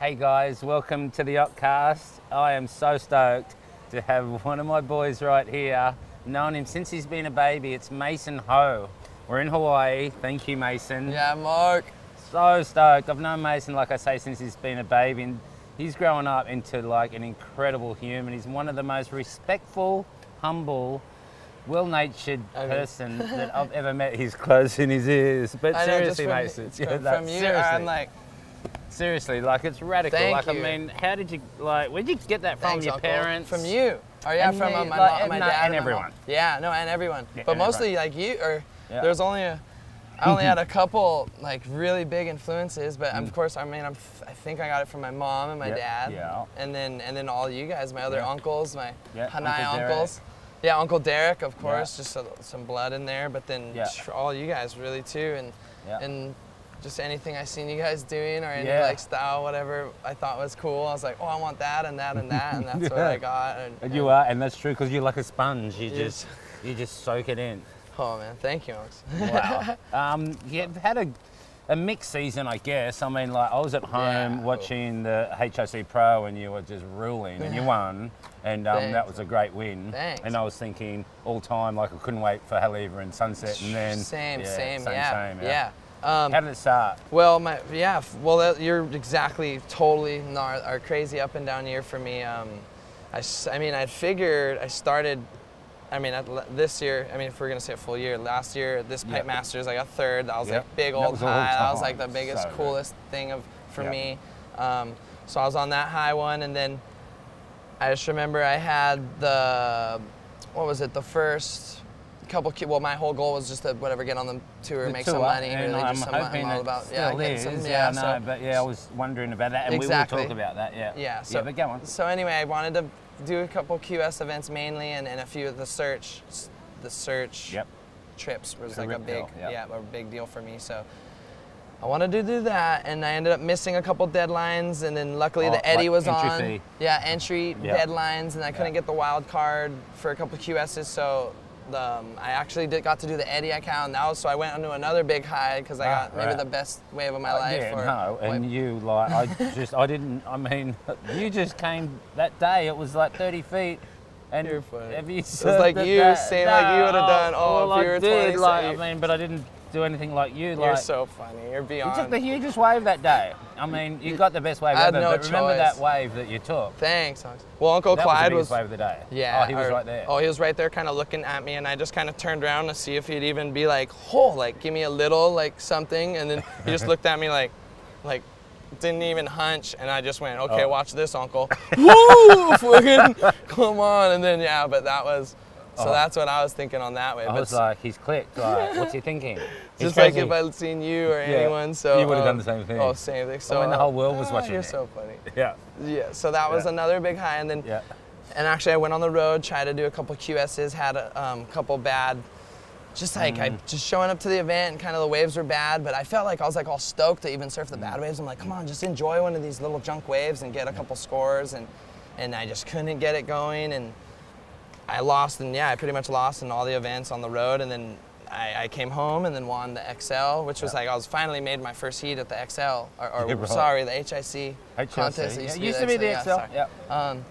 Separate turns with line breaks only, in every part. Hey guys, welcome to the Opcast. I am so stoked to have one of my boys right here. Known him since he's been a baby. It's Mason Ho. We're in Hawaii. Thank you, Mason.
Yeah, Mark.
So stoked. I've known Mason, like I say, since he's been a baby, and he's grown up into like an incredible human. He's one of the most respectful, humble, well-natured
I mean-
person that I've ever met. He's closing his ears, but
I know, just
seriously,
from-
Mason,
it's
yeah,
From,
no,
from you,
seriously.
I'm like,
Seriously, like it's radical.
Thank
like
you.
I mean, how did you like? Where'd you get that from?
thanks,
your
Uncle.
parents?
From you. Oh, yeah,
And
from
me,
uh, my,
like,
mom,
and
my
no,
dad.
and
my mom.
everyone.
Yeah, no, and everyone.
Yeah,
but
and
mostly like you, or
Yeah.
there's only a, I only had a couple like really big influences, but of course, I mean, I'm, f- I think I got it from my mom and my
Yep,
dad.
Mm. yeah.
And then and then all you guys, my other
Yeah.
uncles, my
Yeah,
Hanai
Uncle Derek.
uncles. Yeah, Uncle Derek, of course, just a, some blood in there, but then
Yeah.
tr- all you guys really too, and
Yeah.
and just anything I seen you guys doing or any
Yeah.
like style, whatever I thought was cool. I was like, oh, I want that and that and that, and that's what
Yeah.
I got. And,
And you are, and that's true because you're like a sponge. You
Yes.
just you just soak it in.
Oh man, thank you, Alex.
Wow. um, you've had a, a mixed season, I guess. I mean, like I was at home
Yeah.
watching the HOC Pro, and you were just ruling, and you won, and um, that
Thanks.
was a great win.
Thanks.
And I was thinking all time, like I couldn't wait for Haliva and Sunset, and then
same,
yeah,
same,
same,
yeah,
same,
yeah. Um,
How did it start?
well, my yeah, f- well that, you're exactly totally gnar- or crazy up and down year for me. Um, I, s- I mean, I figured I started. I mean, at, le- this year. I mean, if we're gonna say a full year, last year at this
Yep.
Pipe Masters, I got third. That was
Yep.
like big
That
old
was all
high. That was
time.
like the biggest,
So good.
coolest thing of for
Yep.
me. Um, so I was on that high one, and then I just remember I had the what was it the first couple ki- well my whole goal was just to whatever get on the tour
The
make
tour,
some money
and
really
I'm
just some
hoping
I'm all
it
about
still
yeah get
is.
some-
yeah,
so,
no, but yeah, I was wondering about that, and we
Exactly.
will talk about that. Yeah,
yeah so
but go on.
so anyway I wanted to do a couple QS events mainly and, and a few of the search the search
Yep.
trips was
It's a
like a
rip
big
deal, yeah.
yeah. a big deal for me so I wanted to do that and I ended up missing a couple deadlines and then luckily
Oh,
the Eddie
like
was
entry
on
fee.
yeah entry
Yeah.
deadlines and I couldn't
Yeah.
get the wild card for a couple QSs so um, I actually did, got to do the Eddie account and that was so I went onto another big high because I
Ah,
got maybe
right. Uh,
the best wave of my life
yeah,
or
no, and
what-
you like I just I didn't. I mean, you just came that day. It was like thirty feet. And
You're funny.
have you
was like
surfed
you
that-
saying like you would've
No,
done, oh, if
well,
you
I
were
did,
20, so
like,
you-
I mean, but I didn't do anything like you.
you're
like,
so funny you're
you
beyond
took the hugest wave that day. I mean, you got the best wave
I had
ever.
no
but remember
choice.
that wave that you took.
thanks Alex. well Uncle
that
Clyde
was
was
the biggest wave of the day.
Yeah.
Oh, he was
or-
right there.
Oh, he was right there, kind of looking at me, and I just kind of turned around to see if he'd even be like, "Oh, like give me a little, like something," and then he just looked at me like, like didn't even hunch, and I just went, "Okay,
Oh.
watch this, Uncle." Woo! Fucking, come on! And then yeah, but that was. So
Oh.
that's what I was thinking on that way.
I
but
was like, he's clicked. Like, what's he thinking? He's
just like
crazy.
if I'd seen you or anyone, so
You would've done the same thing.
Oh, same thing. So
when the
uh,
whole world was
ah,
watching
You're
it.
so funny.
yeah,
Yeah. So that was
Yeah.
another big high, and then
yeah.
and actually, I went on the road, tried to do a couple QSs, had a um, couple bad, just like
Mm.
I just showing up to the event and kind of the waves were bad, but I felt like I was like all stoked to even surf the
Mm.
bad waves. I'm like, come on, just enjoy one of these little junk waves and get a couple scores, and and I just couldn't get it going, and I lost, and yeah, I pretty much lost in all the events on the road, and then. I, I came home and then won the XL, which was like I was finally made my first heat at the XL, or, or
Yeah, right.
sorry, the HIC,
HLC.
contest. that
Yeah, it used to be the XL.
sorry.
Yeah.
Um,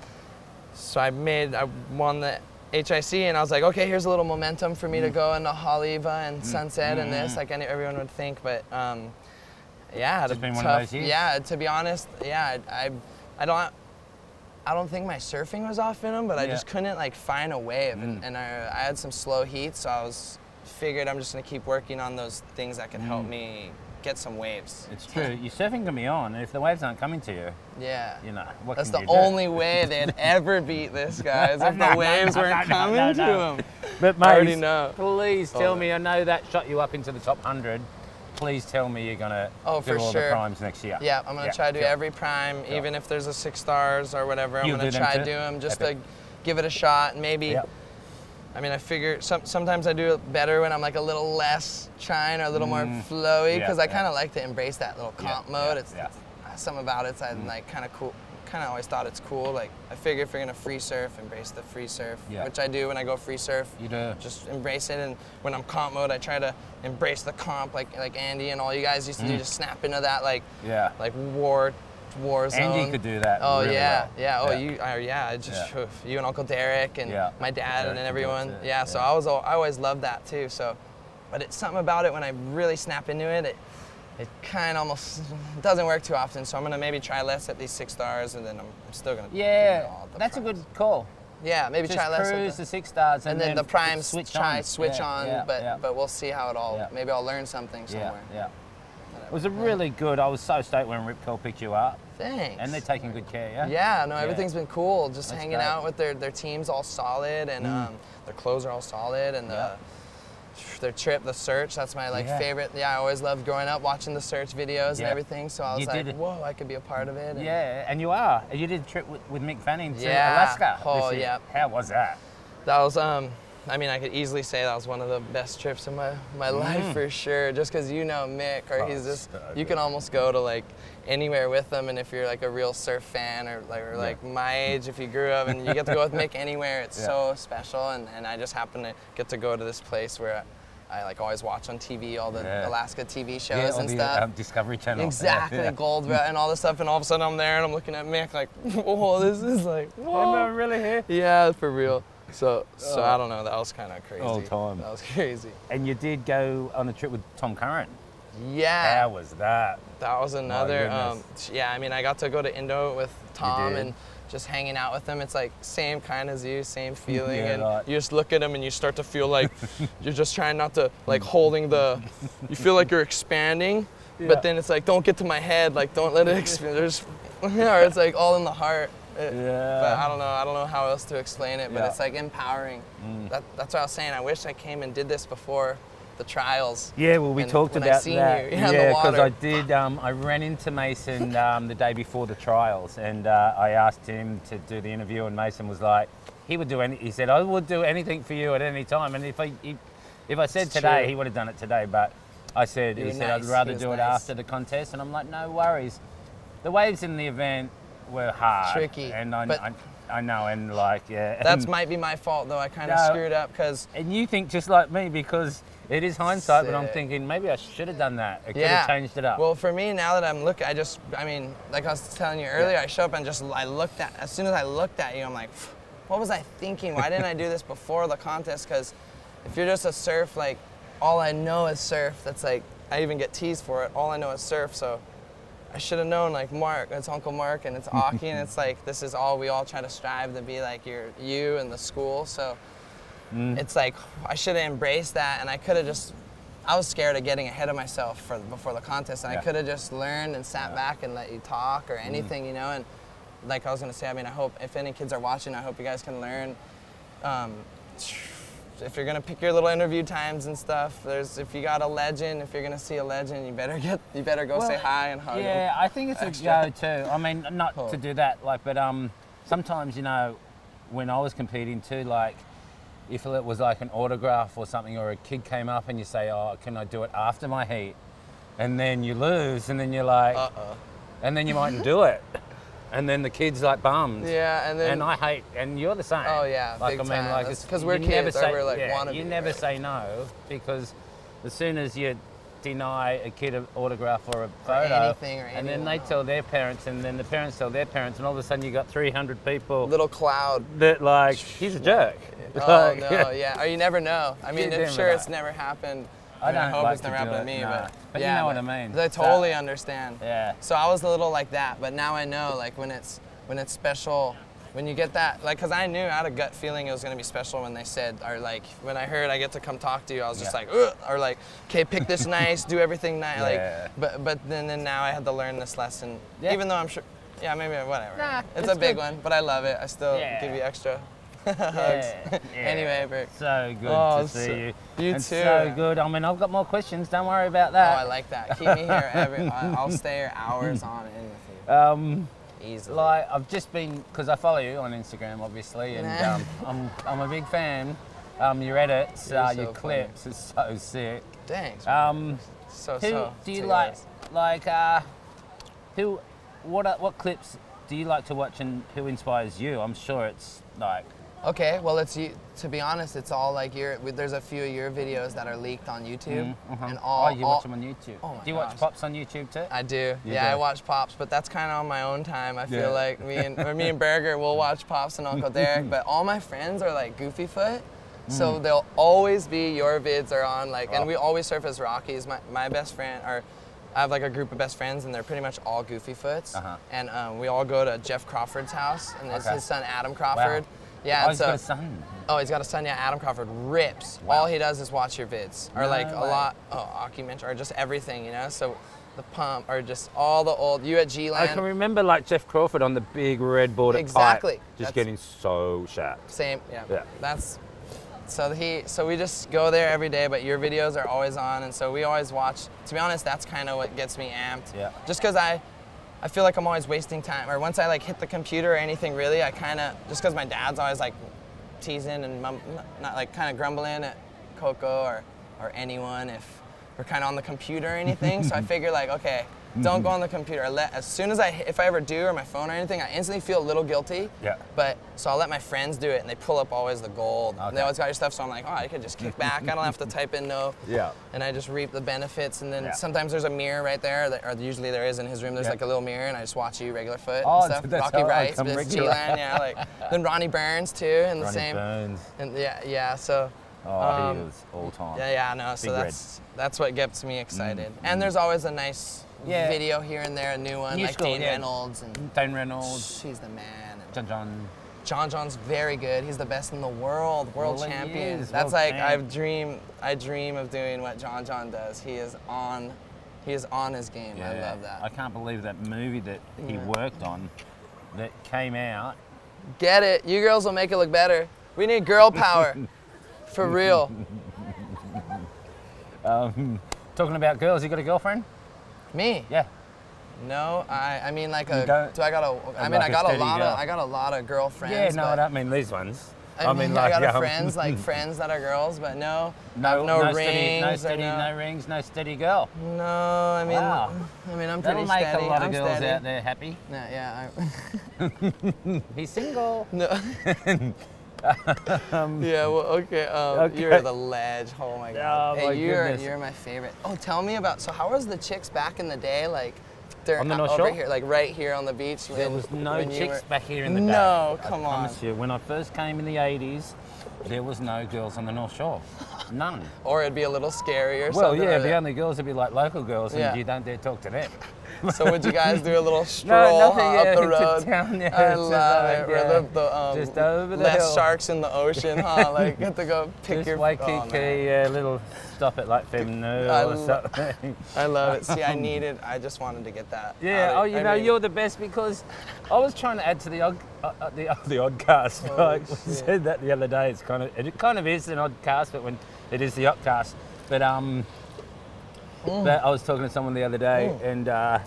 so I made, I won the HIC, and I was like, okay, here's a little momentum for me
Mm.
to go into Haliva and Sunset and
Mm-hmm.
this, like any, everyone would think, but um, yeah, I had
Just
a
been
tough,
one of those years.
yeah. To be honest, yeah, I, I, I don't. I don't think my surfing was off in them, but I
Yeah. Mm.
just couldn't like find a wave, and, and I, I had some slow heat, so I was figured I'm just gonna keep working on those things that can
Mm.
help me get some waves.
It's true. Your surfing can be on, and if the waves aren't coming to you,
Yeah.
you know what
That's
can
the
you do?
only way they'd ever beat this guy is if
No, no,
the waves
no,
weren't
no, no,
coming
no,
to
no.
him.
But mate,
I already know.
please
Oh,
tell
yeah.
me. I know that shot you up into the top hundred. Please tell me you're gonna
Oh,
do
for
all the
sure.
primes next year.
Yeah, I'm gonna try to do
yeah.
every prime, even if there's a six stars or whatever. I'm
You'll
gonna
do them
try
too?
do them just
Epic.
to give it a shot. and Maybe.
Yeah.
I mean, I figure some, sometimes I do it better when I'm like a little less trying or a little more flowy
Mm. Yeah,
because I
yeah.
kind of like to embrace that little comp
yeah, Mm.
mode. It's,
yeah.
it's- some about it's I like kind of cool, kind of always thought it's cool. Like, I figure if you're gonna free surf, embrace the free surf,
Yeah.
which I do when I go free surf.
You do.
Just embrace it, and when I'm comp mode, I try to embrace the comp, like like Andy and all you guys used to do. Just snap into that, like
Mm-hmm. Yeah.
like war war zone.
Andy could do that
Oh
really
yeah,
well.
yeah. Oh
Yeah.
you, uh, yeah. I Just
Yeah.
you and Uncle Derek and
Yeah.
my dad
Derek
and
could do
everyone.
it,
Yeah, So
yeah.
I was al- I always loved that too. So, but it's something about it when I really snap into it. It, it kind of almost doesn't work too often. So I'm gonna maybe try less at these six stars, and then I'm, I'm still gonna. do
Yeah,
it all at the
that's a
primes.
good call.
Yeah, maybe
Just
try less. at
cruise
the-
the six stars and,
and then the primes
switch
try
on.
switch
Yeah,
on,
yeah,
but
yeah.
but we'll see how it all.
Yeah.
Maybe I'll learn something
Yeah,
somewhere.
yeah. It was a really good. I was so stoked when Rip Curl picked you up,
Thanks.
and they're taking good care. Yeah.
Yeah, no, everything's been cool. Just
That's
hanging
great. Mm.
out with their their teams all solid, and um, their clothes are all solid, and
Yeah.
the, their trip, the search. That's my like
Yeah.
favorite. Yeah, I always loved growing up watching the search videos
Yeah.
and everything. So I was
You
like,
did it.
whoa, I could be a part of it. and-
Yeah, and you are. You did a trip with, with Mick Fanning to
Yeah.
Alaska.
Oh,
this year.
yeah.
How was that?
That was um I mean I could easily say that was one of the best trips in my, my life for sure. Just cause you know Mick or
Mm. Oh,
he's just
stagger.
you can almost go to like anywhere with him and if you're like a real surf fan or like or like my age if you grew up and you get to go with Mick anywhere, it's
Yeah.
so special and, and I just happen to get to go to this place where I, I like always watch on TV all the
Yeah.
Alaska TV shows
yeah, on
and
the
stuff.
um, Discovery Channel. Yeah,
Exactly,
yeah.
gold Ru- and all this stuff, and all of a sudden I'm there and I'm looking at Mick like, whoa, this is like,
Oh,
whoa.
no, really here.
Yeah, for real. So, so I don't know. That was kind of crazy.
Uh, All time.
That was crazy.
And you did go on a trip with Tom Curran.
Yeah,
How was that?
that was another. um,
goodness.
yeah, I mean, I got to go to Indo with Tom
did.
and just hanging out with him. It's like same kind as you, same feeling,
Yeah,
and
right.
you just look at him and you start to feel like you're just trying not to like holding the. You feel like you're expanding,
Yeah.
but then it's like don't get to my head. Like don't let it expand. There's, or it's like all in the heart. It- But I
Yeah.
don't know. I don't know how else to explain it. But
Uh, Yeah. Mm.
it's like empowering. That, that's what I was saying. I wish I came and did this before the trials.
Yeah, well, we
when-
talked
when I
about
seen
that.
you, yeah, in the
because I
water.
did. Um, I ran into Mason um, the day before the trials, and uh, I asked him to do the interview, and Mason was like, he would do any. He said, I would do anything for you at any time, and if I he, if I said
It's
today,
true.
he would have done it today. But I said,
You
he
were
said,
nice.
I'd
He
rather
was
do it
nice.
after the contest, and I'm like, no worries. The waves in the event were hard,
Tricky,
and I,
but-
I, I know, and like, yeah,
That's
and-
might be my fault though. I kind of
No.
screwed up because
and you think just like me because it is hindsight, but I'm
Sick.
thinking maybe I should have done that. It could
yeah,
have changed it up.
Well, for me now that I'm looking, I just I mean, like I was telling you earlier, I show up and just I looked at as soon as I looked at you, I'm like, "Pff, what was I thinking? Why didn't I do this before the contest? Because if you're just a surf, like all I know is surf. That's like I even get teased for it. All I know is surf, so. I should have known, like Mark, it's Uncle Mark, and it's Aki, and it's like this is all we all try to strive to be like your you and the school. So
Mm.
it's like I should have embraced that, and I could have just. I was scared of getting ahead of myself for before the contest, and
Yeah. Mm.
I could have just learned and sat back and let you talk or anything, you know. And like I was gonna say, I mean, I hope if any kids are watching, I hope you guys can learn. Um, if you're gonna pick your little interview times and stuff, there's if you got a legend, if you're gonna see a legend, you better get, you better go say
Well,
hi and hug 'em.
Oh, Yeah, I think it's a go
extra.
too. I mean, not to do that, like, but um, sometimes you know, when I was competing too, like, if it was like an autograph or something, or a kid came up and you say, "Oh, can I do it after my heat?" and then you lose, and then you're like,
Uh-oh.
and then you mightn't do it, and then the kid's like bummed.
Yeah, and then
and I hate, and you're the same.
Oh, yeah,
like
big
I mean,
time.
like
That's
it's
'cause we're
you never
kids, or
say,
we're, like,
yeah,
wannabe,
You never
right?
say no because as soon as you deny a kid an autograph or a photo,
anything or
and then
anyone,
they
no.
tell their parents, and then the parents tell their parents, and all of a sudden you got 300 people
little cloud.
that like he's a jerk.
Oh
Like,
no, yeah. Or you never know. I mean,
never
I'm sure
know.
it's never happened.
I
mean,
don't
hope
like
it's
to
never
do
happened to
it,
me,
no.
but,
But you know what I mean.
I
So-
totally understand.
Yeah.
So I was a little like that, but now I know, like when it's when it's special, when you get that, like, cause I knew I had a gut feeling it was gonna be special when they said, or like when I heard I get to come talk to you, I was just
Yeah.
like, Ugh! or like, okay, pick this nice, do everything nice,
Yeah.
like, but but then then now I had to learn this lesson,
Yeah.
even though I'm sure, yeah, maybe whatever.
Nah,
it's,
it's
a big
good.
one, but I love it. I still
Yeah.
give you extra
Yeah, yeah.
Anyway, Rick.
So good
Oh,
to see
so-
you.
you
And
too.
So good. I mean, I've got more questions. Don't worry about
Oh, I
that.
like that. Keep me here every. I- I'll stay here hours on end with you.
um,
Easily.
Like I've just been because I follow you on Instagram, obviously, and
Nah.
um, I'm I'm a big fan. Um, your edits,
You're
uh,
so
your
funny.
clips, is so sick.
Thanks.
Um,
so
who
so.
do you
to
like?
yours.
Like uh, who? What are, what clips do you like to watch and who inspires you? I'm sure it's like
Okay, well, it's you- to be honest, it's all like your. we- There's a few of your videos that are leaked on YouTube, and all.
oh you
all-
watch them on YouTube.
oh my
do you watch
gosh.
pops on YouTube too?
I do.
You
yeah, I
do.
watch Pops, but that's kind of on my own time. I
Yeah.
feel like me and or me and Berger will watch Pops and Uncle Derek, but all my friends are like Goofy Foot. So
Mm.
they'll always be your vids are on like, and we always surf as Rockies. My, my best friend, or I have like a group of best friends, and they're pretty much all Goofy Foots.
Uh-huh.
And um, we all go to Jeff Crawford's house, and it's
Okay.
his son Adam Crawford.
oh,
Yeah, and
he's
so
got a son.
Oh, he's got a son. Yeah, Adam Crawford rips.
Wow.
All he does is watch your vids, or
No
like a
way.
lot, oh, documentary, or just everything, you know. So, the pump, or just all the old you at G
I can
Land,
remember like Jeff Crawford on the big red board at
Exactly.
Pipe,
That's-
just getting so shacked.
same. Yeah.
Yeah.
That's so he. So we just go there every day, but your videos are always on, and so we always watch. To be honest, that's kind of what gets me amped.
Yeah.
Just because I. I feel like I'm always wasting time, or once I like hit the computer or anything really, I kind of just because my dad's always like teasing and mum, not like kind of grumbling at Coco or, or anyone if we're kind of on the computer or anything. so I figure like, okay, don't go on the computer. I let as soon as I if I ever do or my phone or anything, I instantly feel a little guilty.
Yeah.
But so I'll let my friends do it, and they pull up always the gold.
Okay.
They always got your stuff, so I'm like, oh, I could just kick back. I don't have to type in no.
Yeah.
And I just reap the benefits. And then
Yeah.
sometimes there's a mirror right there, that, or usually there is in his room. There's
Yeah.
like a little mirror, and I just watch you regular foot
Oh,
and stuff.
that's
Rocky
how I
Rice,
come
Vince
regular.
Gilan, yeah, like then Ronnie Burns too, and the
Ronnie
same.
Burns.
And yeah, yeah. So
Oh, he
um,
was all time.
yeah, yeah, I know. So
Big Red.
that's that's what gets me excited. And there's always a nice
Yeah.
video here and there, a new one,
New
like
school,
Dane
yeah.
Reynolds, and
Dane Reynolds,
she's the man. and
John John.
John John's very good. He's the best in the world, world
Well, he
champion.
is,
That's
world
like
champ.
I've dream I dream of doing what John John does. He is on he is on his game. I love that.
I can't believe that movie that he
Yeah.
worked on that came out.
Get it. You girls will make it look better. We need girl power. For real.
Talking about girls, you got a girlfriend?
Me?
Yeah.
No, I I mean like a
don't-
do I got a I mean
like
I
a
got a
steady
lot
girl.
of I got a lot of girlfriends.
yeah, no, I
but-
don't mean these ones.
I mean, I, got a
um,
friends like friends that are girls, but no, I
No,
have no,
no,
rings. uh,
steady, no
or
steady,
no-
no rings, no steady girl.
No, I mean,
Wow.
I mean, I'm
That'll
pretty
make
steady.
a lot
I'm
of girls
steady.
out there happy.
No, yeah,
He's single.
I, no. yeah, well, okay, um, You're
okay.
the ledge. Oh my
Oh
god.
my
hey, you're
goodness.
you're my favorite. Oh, tell me about. So, how was the chicks back in the day? Like, they're
On the North
over
Shore?
here, like right here on the beach.
There
when-
was no
when you
chicks
were-
back here in the day.
No,
I
come on.
promise you, when I first came in the 80s, there was no girls on the North Shore. None.
Or it'd be a little scary or
Well,
something.
yeah,
or
the
that-
only girls would be like local girls, and
Yeah.
you don't dare talk to them.
So would you guys do a little stroll
nothing,
huh,
yeah,
up the
to
road?
town, yeah,
I
to
love
that,
it. We're
yeah.
the, the um,
Just over the
less
hill.
sharks in the ocean, huh? Like get to go pick
Just
your. oh, man.
Waikiki, yeah, uh, little stop it like
I
Femnu or
lo-
something.
I love it. See, I needed. I just wanted to get that.
Yeah.
out
Oh,
of-
you
I
know,
mean,
you're the best because I was trying to add to the odd, uh, uh, the, uh, the odd cast.
Oh,
like we
shit.
said that the other day. It's kind of it kind of is an odd cast, but when it is the odd cast. But um,
Mm.
but I was talking to someone the other day, and uh,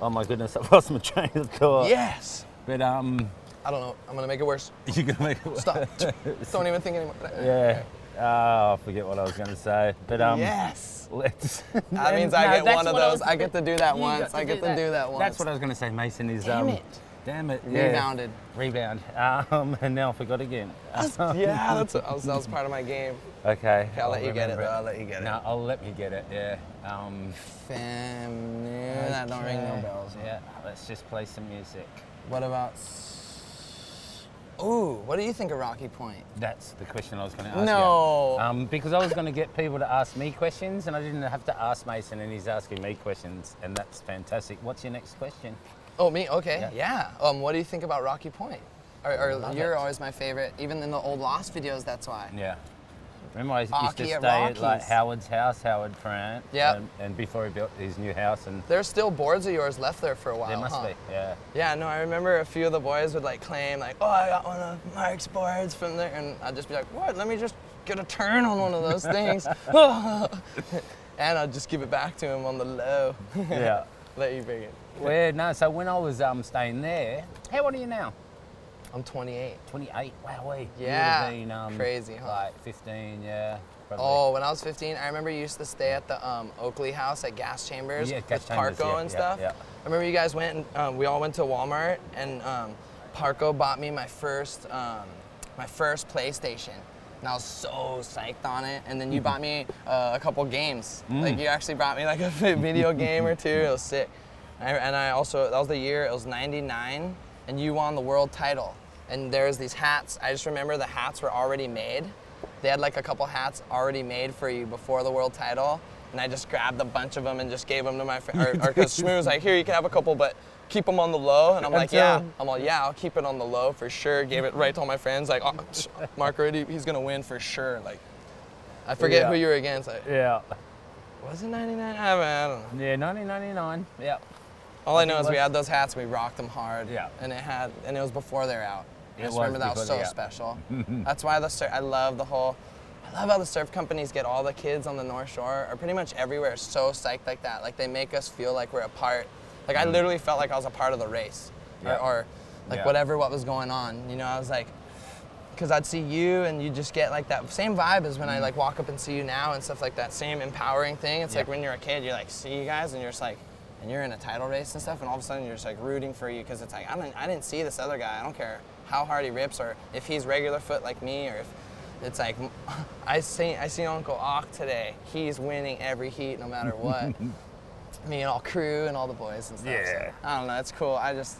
oh my goodness, I've lost my train of thought.
Yes.
But um,
I don't know. I'm gonna make it worse.
you can make it work.
Stop. don't even think anymore.
Yeah. Oh, I forget what I was going to say. But um,
yes.
let's.
That means I get one of those. I get to do that
You got
once. I get to do that once.
That's what I was going to say, Mason. Is damn um,
it.
Damn it. yeah.
Rebounded.
Rebound. Um, and now I forgot again.
yeah, that's that was, that was part of my game.
Okay.
Okay, I'll let you get it.
remember
Though. I'll let you get it.
No, I'll let you get it. Yeah. Um,
Fam, no, that don't ring no
okay.
bells.
Yeah. Let's just play some music.
What about? s- Ooh, what do you think of Rocky Point?
That's the question I was going to ask
No.
you. Um, because I was going to get people to ask me questions, and I didn't have to ask Mason, and he's asking me questions, and that's fantastic. What's your next question?
Oh, me? Okay,
Yeah.
yeah. Um, what do you think about Rocky Point? Or, or
love
you're
it.
always my favorite, even in the old Lost videos. That's why.
Yeah. Remember, I used to
Rocky
stay
at
at like
Rockies.
Howard's house, Howard Prant.
Yep.
And, and before he built his new house, and
There's still boards of yours left there for a while.
there must
huh?
be. Yeah.
Yeah, no, I remember a few of the boys would like claim like, oh, I got one of Mark's boards from there, and I'd just be like, what? Let me just get a turn on one of those things, and I'd just give it back to him on the low.
Yeah.
Let you bring it.
well, yeah, no. So when I was um, staying there, how old are you now?
I'm 28.
28. Wow, we.
Yeah,
Been, um,
crazy, huh?
Like 15, yeah. probably.
Oh, when I was 15, I remember you used to stay at the um, Oakley House at Gas Chambers
Yeah,
with
Gas Chambers,
Parco
yeah,
and
yeah,
stuff.
yeah.
I remember you guys went and um, we all went to Walmart and um, Parco bought me my first um, my first PlayStation. And I was so psyched on it. And
Hmm.
then you bought me uh, a couple games. Like you actually brought me like a video game or two. It was sick. And I, and I also that was the year it was '99, and you won the world title. And there's these hats. I just remember the hats were already made they had like a couple hats already made for you before the world title, and I just grabbed a bunch of them and just gave them to my friend. Or because Shmoo was like, "Here, you can have a couple, but keep them on the low." And I'm like, "Yeah." I'm like, "Yeah, I'll keep it on the low for sure." Gave it right to all my friends. Like, oh, psh, Mark already, he's gonna win for sure. Like, I forget
Yeah.
who you were against. Like,
Yeah.
was it 99? I, mean, I don't know.
Yeah, 1999. Yeah.
All I know is we
was.
had those hats. We rocked them hard.
Yeah.
And it had, and it was before they're out. I
It
just
was
remember that
before
was so
they- yeah.
special. That's why the surf. I love the whole. I love how the surf companies get all the kids on the North Shore or pretty much everywhere so psyched like that. Like they make us feel like we're a part. Like I literally felt like I was a part of the race,
Mm. Yeah.
or, or like
Yeah.
whatever what was going on. You know, I was like, because I'd see you and you just get like that same vibe as when
Mm.
I like walk up and see you now and stuff like that. Same empowering thing. It's like
Yeah.
when you're a kid, you're like see you guys and you're just like, and you're in a title race and stuff, and all of a sudden you're just like rooting for you because it's like I didn't I didn't see this other guy. I don't care how hard he rips or if he's regular foot like me or if it's like I seen I seen Uncle Ock today. He's winning every heat no matter what. me and all crew and all the boys and stuff. so
Yeah.
I don't know. It's cool. I just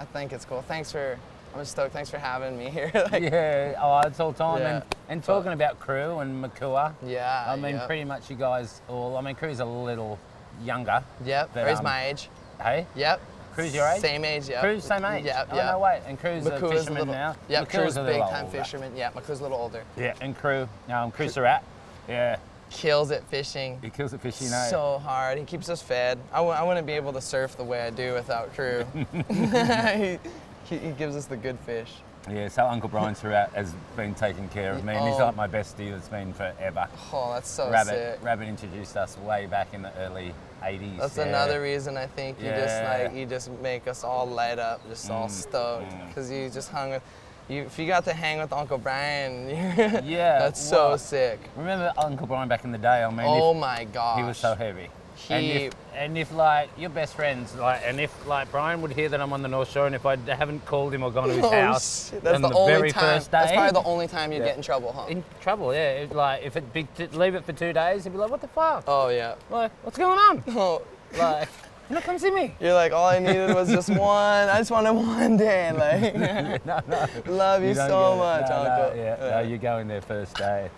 I think it's cool. Thanks for. I'm stoked. Thanks for having me here. like,
Yeah, oh, it's all time.
Yeah.
And, and talking about Crew and Makua.
Yeah,
I mean,
yep.
pretty much you guys all. I mean, Crew's a little younger.
Yep.
But,
Raise
um,
my age.
Hey?
Yep.
Crew's your age?
Same age. Yep.
Crew's same age.
Yep.
Oh,
yep.
no, wait. And Crew's a
Makua's
fisherman
little,
now.
Yep.
Makua's
Crew's
a
big
little
time
older.
fisherman. Yeah. Makua's a little older.
Yeah, and Crew. Um, Crew Surat. Yeah.
Kills at fishing.
He kills it fishing now.
So hard. He keeps us fed. I w- I wouldn't be able to surf the way I do without crew. he, he, he gives us the good fish.
Yeah, so Uncle Brian Surat has been taking care of me, and he's
Oh.
like my bestie that's been forever.
Oh, that's so
Rabbit,
sick.
Rabbit introduced us way back in the early 80s.
That's
yeah.
another reason I think you just
Yeah. Mm.
like you just make us all light up, just all stoked, because you just hung with. You, if you got to hang with Uncle Brian, you're-
Yeah,
that's so
well,
sick.
Remember Uncle Brian back in the day? I mean, if-
oh my gosh.
He was so heavy. and,
He-
if, and if like your best friends, like, and if like Brian would hear that I'm on the North Shore, and if I haven't called him or gone to his
Oh,
house,
shit, That's
on
the, only
very
time.
first day,
That's probably the only time you
Yeah.
get in trouble, huh?
in trouble. Yeah, It- like if it be t- leave it for two days, he'd be like, "What the fuck?
oh yeah.
Like, what's going on?
Oh,
Like, you know, come see me."
you're like all I needed was just one. I just wanted one day. Like,
No, no.
love you,
don't
so
get
much, Oh,
it. No, no,
Uncle.
yeah, no, you go in there first day,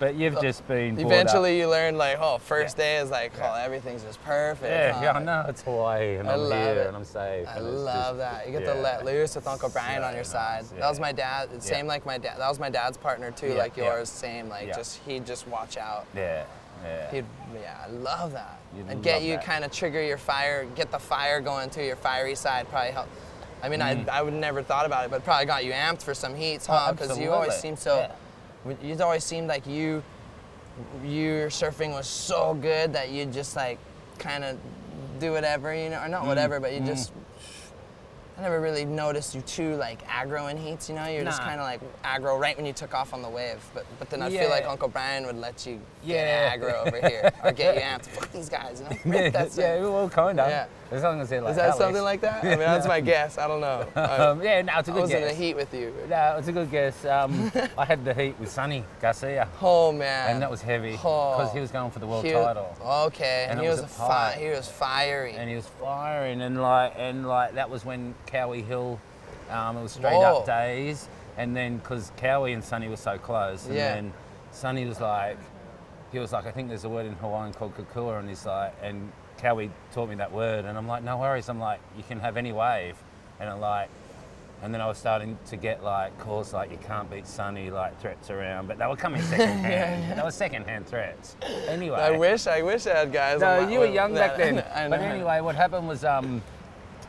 but you've just been brought up-
Oh. Eventually, you learn like, oh, first day is like, oh, everything's just perfect.
Yeah,
huh?
yeah, I know it's Hawaii, and
Oh. I
am
love
here,
it.
and I'm safe.
I
and it's just-
love that. You get to
yeah.
let loose with Uncle Brian on your
So
side.
nice,
That was
yeah.
my dad. Same like my dad. That was my dad's partner too,
Yeah,
like
yeah.
yours. Same like
Yeah.
just he'd just watch out.
Yeah, yeah.
He'd, yeah, I love that.
You'd
and get
love
you
that.
kind of trigger your fire, get the fire going to your fiery side. Probably help. I mean,
Mm.
I, I would never thought about it, but probably got you amped for some heats, huh? Because you always
Oh, absolutely,
seem so.
yeah.
You always seemed like you, your surfing was so good that you just like, kind of, do whatever you know, or
Mm,
not whatever, but you just. I never really noticed you too like aggro in heats, you know. You're just
Nah.
kind of like aggro right when you took off on the wave, but but then I feel like
Yeah.
Uncle Brian would let you
Yeah.
yeah. get aggro over here or get you amped. Fuck these guys. You know?
Yeah,
That's
yeah,
it.
well, kind of.
Yeah.
As long as they're like.
Is that
Alex.
something like that? I mean, that's my guess. I don't know. I,
Um, yeah, no, it's a
Oh. I
good
was in the
guess.
heat with you.
No, it's a good guess. Um, I had the heat with Sonny Garcia,
Oh man.
and that was heavy because
Oh.
he was going for the world
He was-
title,
Okay, and,
And
he
it
was,
was
a
a
fi-
pie.
he was fiery.
and he was firing, and like, and like that was when Cowie Hill, um, it was straight
Whoa.
up days, and then because Cowie and Sonny were so close, and
Yeah.
then Sonny was like, he was like, I think there's a word in Hawaiian called kakua, and he's like, and Cowie taught me that word, and I'm like, no worries, I'm like, you can have any wave, and I'm like. And then I was starting to get like calls like you can't beat Sonny, like threats around, but they were coming secondhand. They were secondhand threats. Anyway,
I wish I wish I had guys. on
no,
my-
you were
with
young back
that.
then.
I
But
know.
anyway, what happened was um,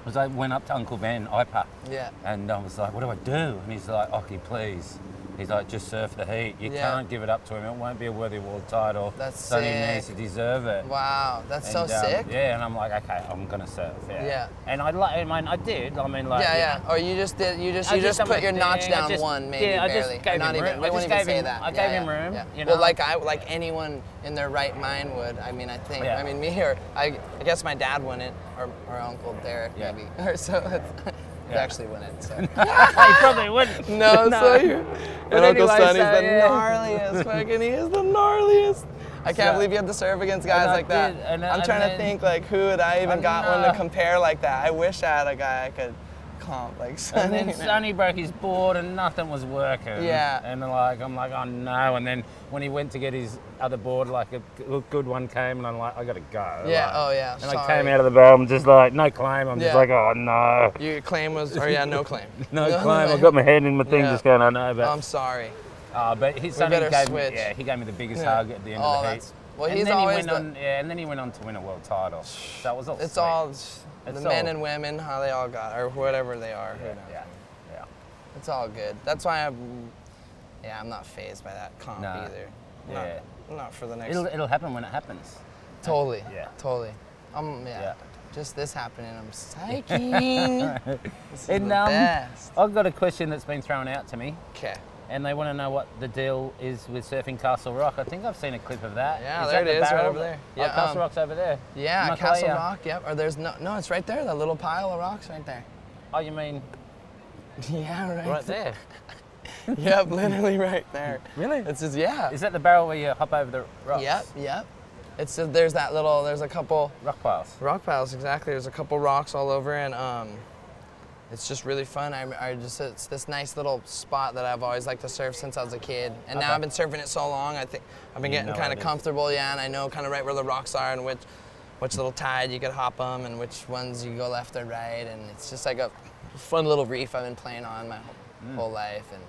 was I went up to Uncle Ben, IPA,
Yeah.
and I was like, "What do I do?" And he's like, "Oki, please." He's like, just surf the heat. You
Yeah.
can't give it up to him. It won't be a worthy world title.
That's
so he needs to
sick.
deserve it.
Wow, that's so
And, um,
sick.
Yeah, and I'm like, okay, I'm gonna surf. Yeah.
Yeah.
And I like, I mean, I did. I mean, like,
yeah, yeah. Or you just did. You just
I
you
just
just,
done
put
my
your notch
thing, I
down
just-
one, maybe
yeah, I just
barely.
gave
Or not
him
even.
room,
We
I
won't
just
even
gave
say
him-
that.
I
Yeah,
gave him
yeah,
room,
yeah.
you
Well,
know?
like I like anyone in their right mind would. I mean, I think.
Yeah.
I mean, me here. I, I guess my dad wouldn't, or or Uncle Derek
Yeah.
maybe, or so. It's,
Yeah.
Actually wouldn't. So.
he probably wouldn't.
no, so you.
But
And Uncle
anyway, so,
Sonny's the
yeah.
gnarliest. Fucking, he is the gnarliest. I can't
So-
believe you have to serve against guys
I
like that.
did, and I-
I'm
and
trying to
then-
think like who would I even
I
got one to
know.
compare like that. I wish I had a guy I could comp like
And
Sonny.
then Sonny broke his board and nothing was working.
Yeah.
And like I'm like, oh no. And then when he went to get his other board, like a g- good one came, and I'm like, I gotta go.
Yeah,
like.
oh, yeah,
And I
sorry.
came out of the bowl, I'm just like, no claim. I'm just
Yeah.
like, oh no,
Your claim was, or yeah, no claim.
no, claim. I got my head in my thing,
Yeah.
just going, I know, but
I'm sorry.
Oh, but his son
better
gave
switch.
Me, yeah, he gave me the biggest
Yeah.
hug at the end
Oh,
of the heat.
that's- well,
and
he's
then
always
he went
the-
on, yeah, and then he went on to win a world title. That was all.
It's
sweet.
all the
It's
men
all-
and women, how they all got, or whatever they are. you
Yeah,
know.
yeah, yeah.
It's all good. That's why I'm, yeah, I'm not phased by that comp
Nah.
either.
Yeah.
Not, not for the next.
It'll it'll happen when it happens.
Totally.
Yeah.
Totally. Um, yeah.
Yeah.
Just this happening, I'm psyching. this is
And,
the
um,
best.
I've got a question that's been thrown out to me,
Okay.
and they want to know what the deal is with surfing Castle Rock. I think I've seen a clip of that.
Yeah,
is
there
that
it
the
is, right
barrel
over
that-
there.
Oh,
Yeah,
Castle
um,
Rock's over there.
Yeah,
Makalea.
Castle Rock. Yep. Or there's no, no, it's right there. That little pile of rocks right there.
Oh, you mean
yeah, right.
right there?
there. yep, literally right there.
really?
It's just yeah.
Is that the barrel where you hop over the rocks?
yep, yep. It's uh, there's that little there's a couple
Rock piles.
rock piles exactly. There's a couple rocks all over and um, it's just really fun. I, I just it's this nice little spot that I've always liked to surf since I was a kid, and now
Okay.
I've been surfing it so long. I think I've been
You
getting
know
kind
it
of
is.
comfortable. Yeah, and I know kind of right where the rocks are and which which little tide you could hop them and which ones you go left or right, and it's just like a fun little reef I've been playing on my whole,
Mm.
whole life and.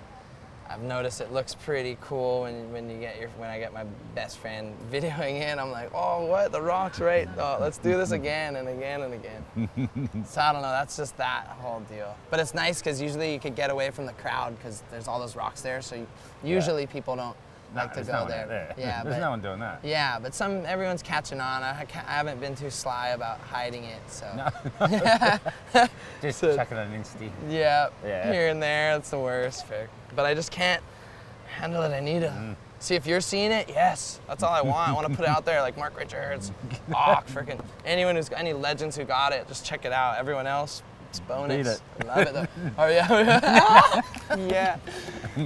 I've noticed it looks pretty cool when, when you get your when I get my best friend videoing in. I'm like, oh, what the rocks right? Oh, let's do this again and again and again. so I don't know. That's just that whole deal. But it's nice because usually you could get away from the crowd because there's all those rocks there. So you, usually people don't
No,
like to
there's
go
no one
there.
out there.
Yeah,
there's
but
no one doing that.
yeah, but some everyone's catching on. I, ca- I haven't been too sly about hiding it. So
Just
So-
chuck it on Insta.
yeah,
Yeah.
here and there. That's the worst. Fair. But I just can't handle it. I need to
Mm.
see if you're seeing it. Yes, that's all I want. I want to put it out there, like Mark Richards, Bach, freaking anyone who's any legends who got it. Just check it out. Everyone else, it's bonus.
it.
I Love it though. oh yeah, yeah.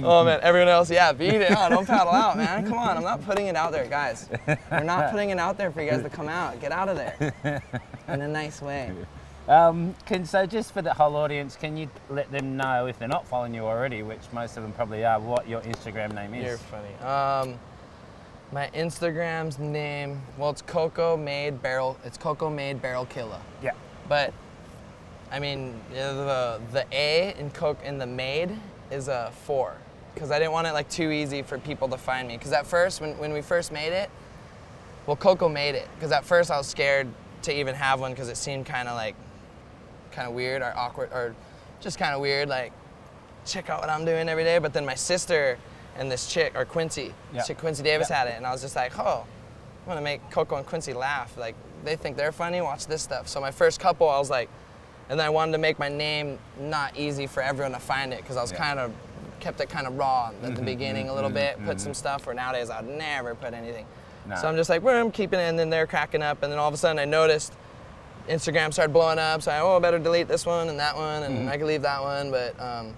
Oh man, everyone else, yeah, beat it. Oh, don't paddle out, man. Come on, I'm not putting it out there, guys. We're not putting it out there for you guys to come out. Get out of there. In a nice way.
Um, can so just for the whole audience, can you let them know if they're not following you already, which most of them probably are, what your Instagram name is?
You're funny. Um, my Instagram's name, well, it's Coco Made Barrel. It's Coco Made Barrel Killa.
yeah.
But I mean, the the A in Coke in the Made is a four because I didn't want it like too easy for people to find me. Because at first, when when we first made it, well, Coco made it because at first I was scared to even have one because it seemed kind of like kind of weird or awkward or just kind of weird like check out what I'm doing every day. But then my sister and this chick, or Quincy,
Yeah.
chick Quincy Davis
Yeah.
had it, and I was just like, oh, I'm gonna make Coco and Quincy laugh. Like they think they're funny. Watch this stuff. So my first couple, I was like, and then I wanted to make my name not easy for everyone to find it because I was
Yeah. Mm-hmm,
kind of kept it kind of raw at the beginning a little bit. Put some stuff where nowadays I'd never put anything.
Nah.
So I'm just like, well, I'm keeping it, and then they're cracking up, and then all of a sudden I noticed Instagram started blowing up, so I oh I better delete this one and that one, and
Mm-hmm.
I could leave that one, but um,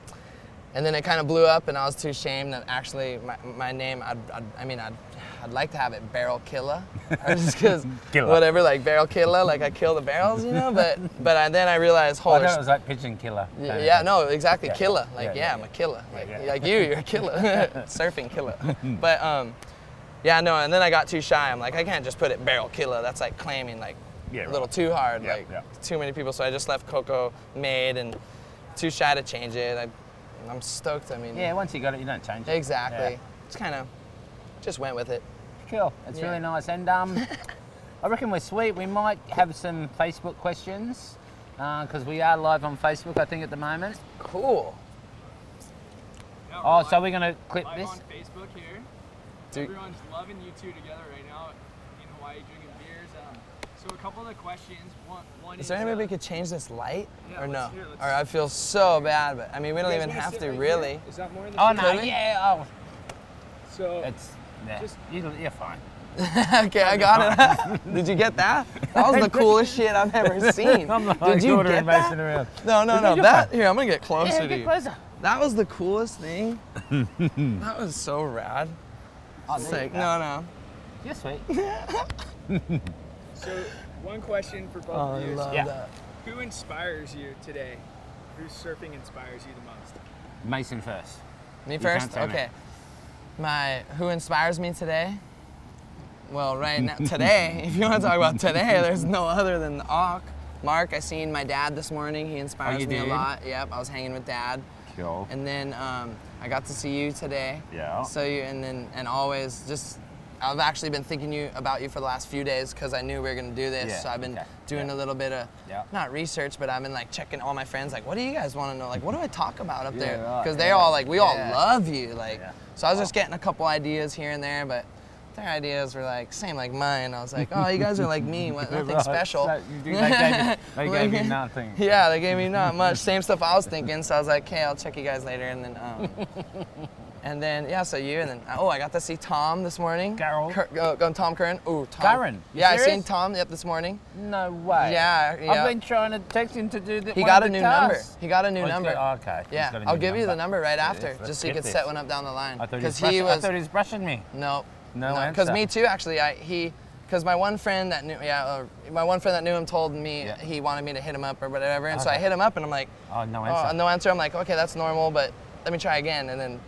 and then it kind of blew up, and I was too ashamed that actually my, my name I'd, I'd, I mean I'd I'd like to have it Barrel Killer, or just because
Killa.
whatever like Barrel Killer, like I kill the barrels, you know, but but I, then I realized
I
holy.
thought it
sh-
was like pigeon killer.
Y-
kind of
yeah,
thing.
no, exactly.
Yeah.
Killer. Like, yeah,
Yeah, yeah,
I'm a
yeah.
killer. Like,
Yeah.
like you, you're a killer. Surfing killer. But, um, yeah, no, and then I got too shy. I'm like, I can't just put it barrel killer. That's like claiming, like,
Yeah,
a
right.
little too hard.
Yeah,
like,
yeah.
too many people. So I just left Coco made and too shy to change it. I, I'm stoked. I mean,
Yeah, once you got it, you don't change it.
exactly. It's kind of just went with it.
Yeah. Cool. It's
Yeah.
really nice. And um, I reckon we're sweet. We might have some Facebook questions uh, because we are live on Facebook, I think, at the moment.
Cool.
Yeah,
Oh,
we're
so
live-
we're gonna clip
live
this?
on Facebook here.
Do-
Everyone's loving you two together right now in Hawaii drinking beers. Um, so a couple of the questions. One, one
Is there
is,
any way
uh,
we could change this light?
Yeah,
or
let's
no?
do it, let's-
Or I feel so bad, but I mean, we don't even have to really.
Is that more in the
Oh no,
Really?
yeah,
So
oh, it's there.
Just-
You- You're fine.
okay, I got it. Did you get that? That was the coolest shit I've ever seen.
I'm like
Did you
ordering
get that?
Mason around.
No, no, no.
you're
That here, I'm gonna get closer
Yeah,
to
get
you.
closer.
That was the coolest thing. that was so rad.
Oh,
It's
there you
like,
go.
no, no.
You're sweet.
so one question for both
Oh, I
of you. is,
love
Yeah.
that.
Who inspires you today? Whose surfing inspires you the most?
Mason first.
Me
can't
first?
say no.
Okay. My who inspires me today? Well, right now today, if you want to talk about today, there's no other than the Auk. Mark, I seen my dad this morning. He inspires
Oh, you
me a
did?
lot. Yep, I was hanging with dad.
Cool.
And then um, I got to see you today.
Yeah.
So you and then and always just I've actually been thinking you about you for the last few days because I knew we were gonna do this.
Yeah,
so I've been
okay,
doing
yeah.
a little bit of
Yeah.
not research, but I've been like checking all my friends like, what do you guys want to know? Like, what do I talk about up there?
right,
Because they
yeah,
all like we all
yeah.
love you. Like,
Yeah.
so I was just getting a couple ideas here and there, but. Their ideas were like same like mine. I was like, oh, you guys are like me. What, nothing
Right,
special.
so you do- they gave you- they gave you nothing.
Yeah, they gave me not much. Same stuff I was thinking, so I was like, okay, I'll check you guys later, and then, um, and then yeah, so you, and then oh, I got to see Tom this morning.
Carol.
Cur- uh, uh, Tom Curran. Ooh, Tom.
Curran? You
Yeah, I seen
serious?
Tom. Yep, this morning.
No way.
Yeah, yeah.
I've been trying to text him to do that.
He got a new number. He got a new
Oh, he's
number.
got- okay. He's
Yeah,
got a
I'll
new
give you the number
number.
right
Let's do
after,
this. Let's
just so you
get
could
this.
set one up down the line.
I thought he
Because
was
he
brushing, I
was.
thought he was brushing me.
No.
No
Because
answer.
me too, actually. I he, because my one friend that knew, yeah, uh, my one friend that knew him told me
Yeah.
he wanted me to hit him up or whatever, and so I
Okay.
hit him up, and I'm like,
Oh, no
oh,
answer.
no answer. I'm like, okay, that's normal, but let me try again, and then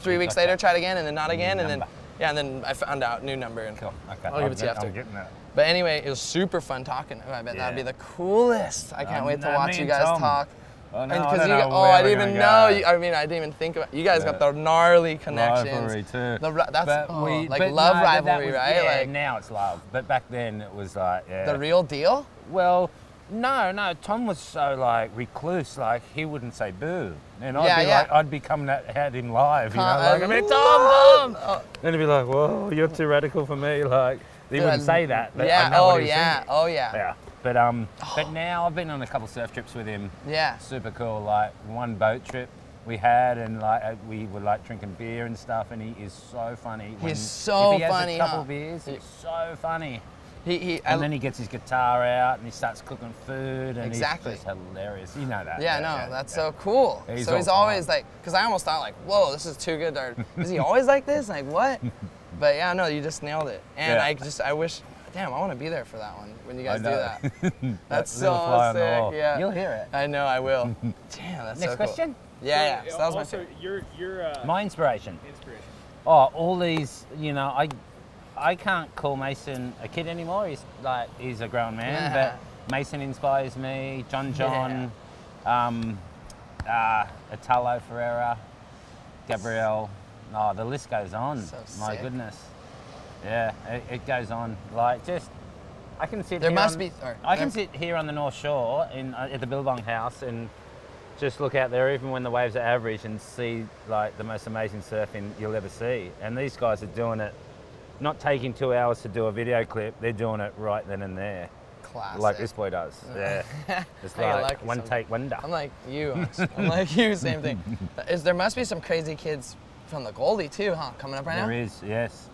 three
You
weeks
got
later,
that.
tried again, and then not again, and then
number.
yeah, and then I found out new number and.
Cool. Okay.
I'll give it to you
I'm
after.
getting that.
But anyway, it was super fun talking. to him. I bet that'd be
Yeah.
the coolest. I can't
Um,
wait to
nah,
watch
me
you
and
guys
Tom.
talk.
Oh, no,
And
I don't
you,
know
oh,
where
I
we're
didn't even know.
gonna go.
You, I mean, I didn't even think about. You guys got
Yeah.
the gnarly connections.
Rivalry too.
The, ri- that's
But
oh,
we-
like
but
love
no, but that
rivalry,
was-
right?
Yeah,
like
now it's love, but back then it was like yeah.
the real deal.
well, no, no. Tom was so like recluse, like he wouldn't say boo, and I'd
Yeah,
be
yeah.
like, I'd become that, had him live, you know,
Tom-
like I
uh,
mean,
Tom,
Tom,
Oh,
Tom, and he'd be like, whoa, you're too radical for me, like he
Dude, I-
wouldn't say that, but
yeah.
I know
oh,
what he was
yeah.
thinking.
Oh yeah.
yeah. But um, but now I've been on a couple surf trips with him.
Yeah.
super cool. Like one boat trip we had, and like uh, we were like drinking beer and stuff. And he is so funny. when-
so
if he has
funny,
A couple
huh?
beers, he's so funny.
He, he, I,
And then he gets his guitar out and he starts cooking food, and
Exactly.
he's just hilarious. You know that.
yeah, no, that's so cool.
He's
so
all
he's always
time.
like, because I almost thought like, whoa, this is too good. Or is he always like this? Like what? But yeah, no, you just nailed it. And
Yeah.
I just, I wish, damn, I want to be there for that one when you guys do
know.
that.
That
That's
little fly
so
on the wall.
sick. Yeah.
You'll hear it.
I know, I will. damn, that's
Next
so cool.
question.
Yeah, yeah. So that was my
also,
favorite.
your your uh,
My inspiration.
inspiration.
Oh, all these. You know, I, I can't call Mason a kid anymore. He's like he's a grown man.
Yeah.
But Mason inspires me. John John, um, uh, Italo Ferreira, Gabrielle. Oh, the list goes on.
So
My
sick.
goodness. Yeah, it, it goes on. Like just. I can sit.
There
here
must
on-
be- sorry.
I can
There-
sit here on the North Shore in uh, at the Billabong House and just look out there, even when the waves are average, and see like the most amazing surfing you'll ever see. And these guys are doing it, not taking two hours to do a video clip. They're doing it right then and there,
Classic.
like this boy does. Yeah, it's
I get
like
lucky
one
sometimes.
take wonder.
I'm like you. Alex. I'm like you. Same thing. Is there must be some crazy kids from the Goldie too, huh? Coming up right now.
There is, yes,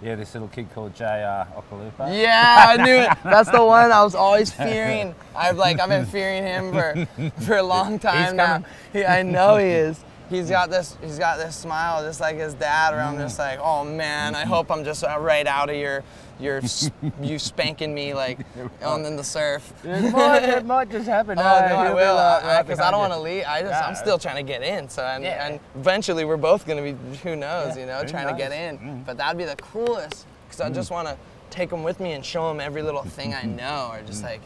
yeah. This little kid called Jr. Okalupa.
Yeah, I knew it. That's the one I was always fearing. I've like I've been fearing him for for a long time now.
coming.
He, I know he is. He's got this. He's got this smile, just like his dad. Where I'm just like, oh man, I hope I'm just uh, right out of your, your, s- you spanking me like on in the surf.
It might, it might just happen.
Oh
eh?
no, I
He'll be
will,
like,
uh,
"Right
because I don't
behind
want to
you."
leave. I just, I'm
Yeah.
still trying to get in. So, and,
Yeah.
and eventually we're both gonna be, who knows,
Yeah.
you know,
Who
trying to get
knows? Mm.
in. But that'd be the coolest, because I just want to take them with me and show them every little thing I know, or just like,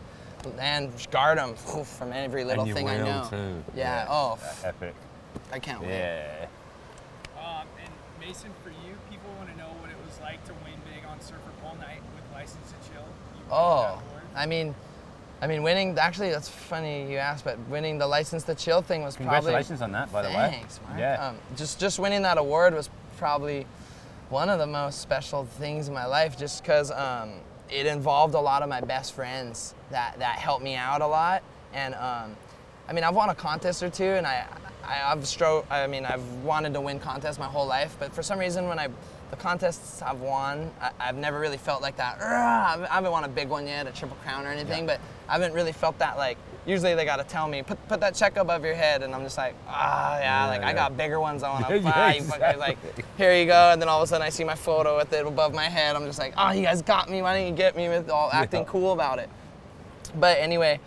and just guard them from every little
Mm. And you
thing I
will
know.
too.
Yeah. Oh, f-
Epic.
I can't wait.
Yeah.
Um, and Mason, for you, people want to know what it was like to win big on Surfer Pole Night with License to Chill. You were
Oh,
on that board.
I mean, I mean, winning. Actually, that's funny you asked, but winning the license to chill thing was probably.
Congratulations on that, by the way.
Thanks, Mark.
Yeah.
Um, just just winning that award was probably one of the most special things in my life, just because um, it involved a lot of my best friends that that helped me out a lot. And um, I mean, I've won a contest or two, and I, I I've stro- I mean, I've wanted to win contests my whole life, but for some reason, when I the contests I've won, I, I've never really felt like that. "Argh," I haven't- I haven't won a big one yet, a triple crown or anything, but I haven't really felt that like. Usually they gotta tell me, put, put that check above your head, and I'm just like, ah, yeah, like I
yeah.
got bigger ones I want
Yeah,
to
yeah,
buy. you fuckers," Like, here you go, and then all of a sudden I see my photo with it above my head. I'm just like, oh, you guys got me. Why didn't you get me with all acting cool about it? But anyway,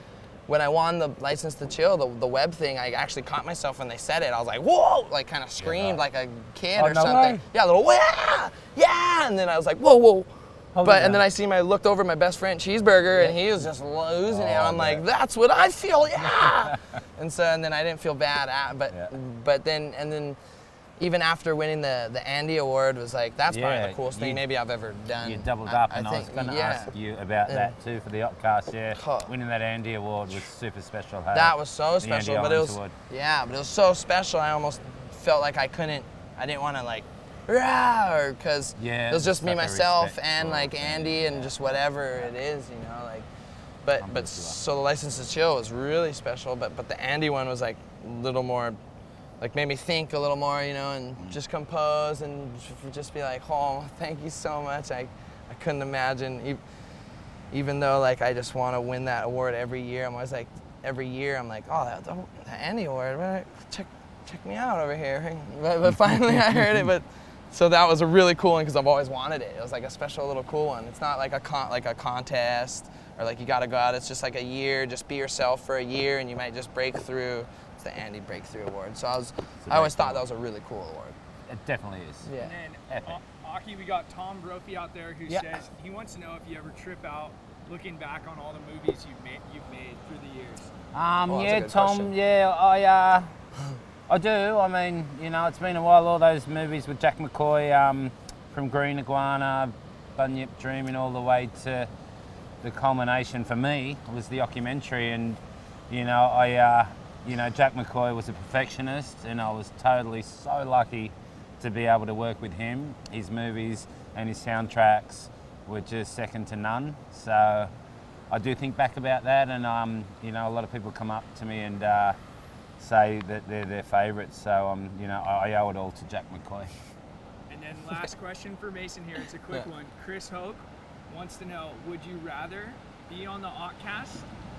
when I won the license to chill, the, the web thing, I actually caught myself when they said it. I was like, whoa, like kind of screamed like a kid
Oh,
or
no
something.
way.
Yeah, a little, yeah, yeah. And then I was like, whoa, whoa.
Hold
but
on
and
now.
then I see my looked over at my best friend cheeseburger and he was just losing it. I'm like, that's what I feel, yeah. and so and then I didn't feel bad at but
Yeah.
but then and then even after winning the, the Andy Award was like that's
Yeah,
probably the coolest thing
you-
maybe I've ever done.
You doubled
I-
up, and I, was
think,
going to
yeah.
ask you about
And-
that too for the Opcast. Yeah,
Huh.
winning that Andy Award was super special. hey?
That was so
The Andy
special, but it
Owens
was
Award.
yeah, but it was so special. I almost felt like I couldn't. I didn't want to like, rah, because
Yeah,
it was just me,
like a
myself,
respectful
and like
thing,
Andy, and just whatever it is, you know, like. But
with
but
you.
so the license to chill was really special, but but the Andy one was like a little more, like made me think a little more, you know, and
Mm.
just compose and f- just be like, oh, thank you so much. I I couldn't imagine. e- even though like I just want to win that award every year, I'm always like every year I'm like, oh, that, that- that Annie Award, right? check check me out over here. But, but finally I heard it. But so that was a really cool one because I've always wanted it. It was like a special little cool one. It's not like a con- like a contest or like you got to go out. It's just like a year. Just be yourself for a year, and you might just break through. It's the Andy Breakthrough Award. So I was I always thought that was a really cool award.
It definitely is.
Yeah.
And then
Epic.
uh, Aki, we got Tom Brophy out there who
Yeah.
says he wants to know if you ever trip out looking back on all the movies you've made, you've made through the years.
Um,
Well, Oh, that's a
yeah,
good
Tom.
question.
Yeah, I, uh, I do. I mean, you know, it's been a while. All those movies with Jack McCoy, um, from Green Iguana, Bunyip Dreaming, all the way to the culmination for me was the documentary, and you know, I, uh, you know, Jack McCoy was a perfectionist, and I was totally so lucky to be able to work with him. His movies and his soundtracks were just second to none. So I do think back about that, and um, you know, a lot of people come up to me and. Uh, Say that they're their favourites, so um, you know I I owe it all to Jack McCoy.
And then last question for Mason here. It's a quick
Yeah.
one. Chris Hope wants to know: Would you rather be on the Otcast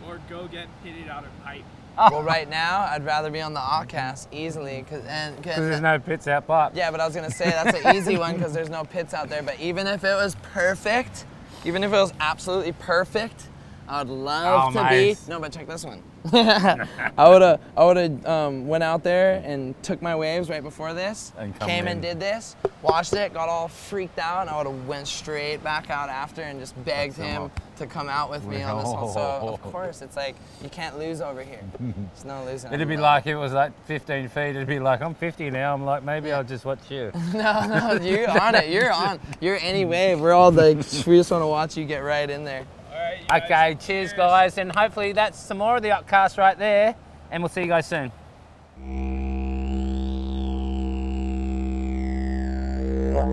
or go get pitted out of pipe?
Well, right now I'd rather be on the Outcast easily because and
Because
because
there's no pits out back.
Yeah, but I was gonna say that's an easy one because there's no pits out there. But even if it was perfect, even if it was absolutely perfect, I would
Oh,
love to
nice.
be. No, but check this one. I would've, I would've um, went out there and took my waves right before this.
And come
came
in.
and did this, watched it, got all freaked out, and I would've went straight back out after and just begged
That's
him
not-
to come out with me on this one. So of
Whoa.
course, it's like you can't lose over here. There's no losing.
It'd
over
be
there.
like it was like 15 feet. It'd be like I'm 50 now. I'm like maybe
Yeah.
I'll just watch you.
No, no, you're on it. You're on. You're any wave. We're all like, we just want to watch you get right in there.
All right. you guys,
okay, cheers guys, and hopefully that's some more of the upcast right there, and we'll see you guys soon.
It's such a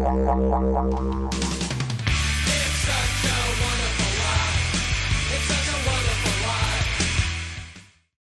wonderful life. It's such a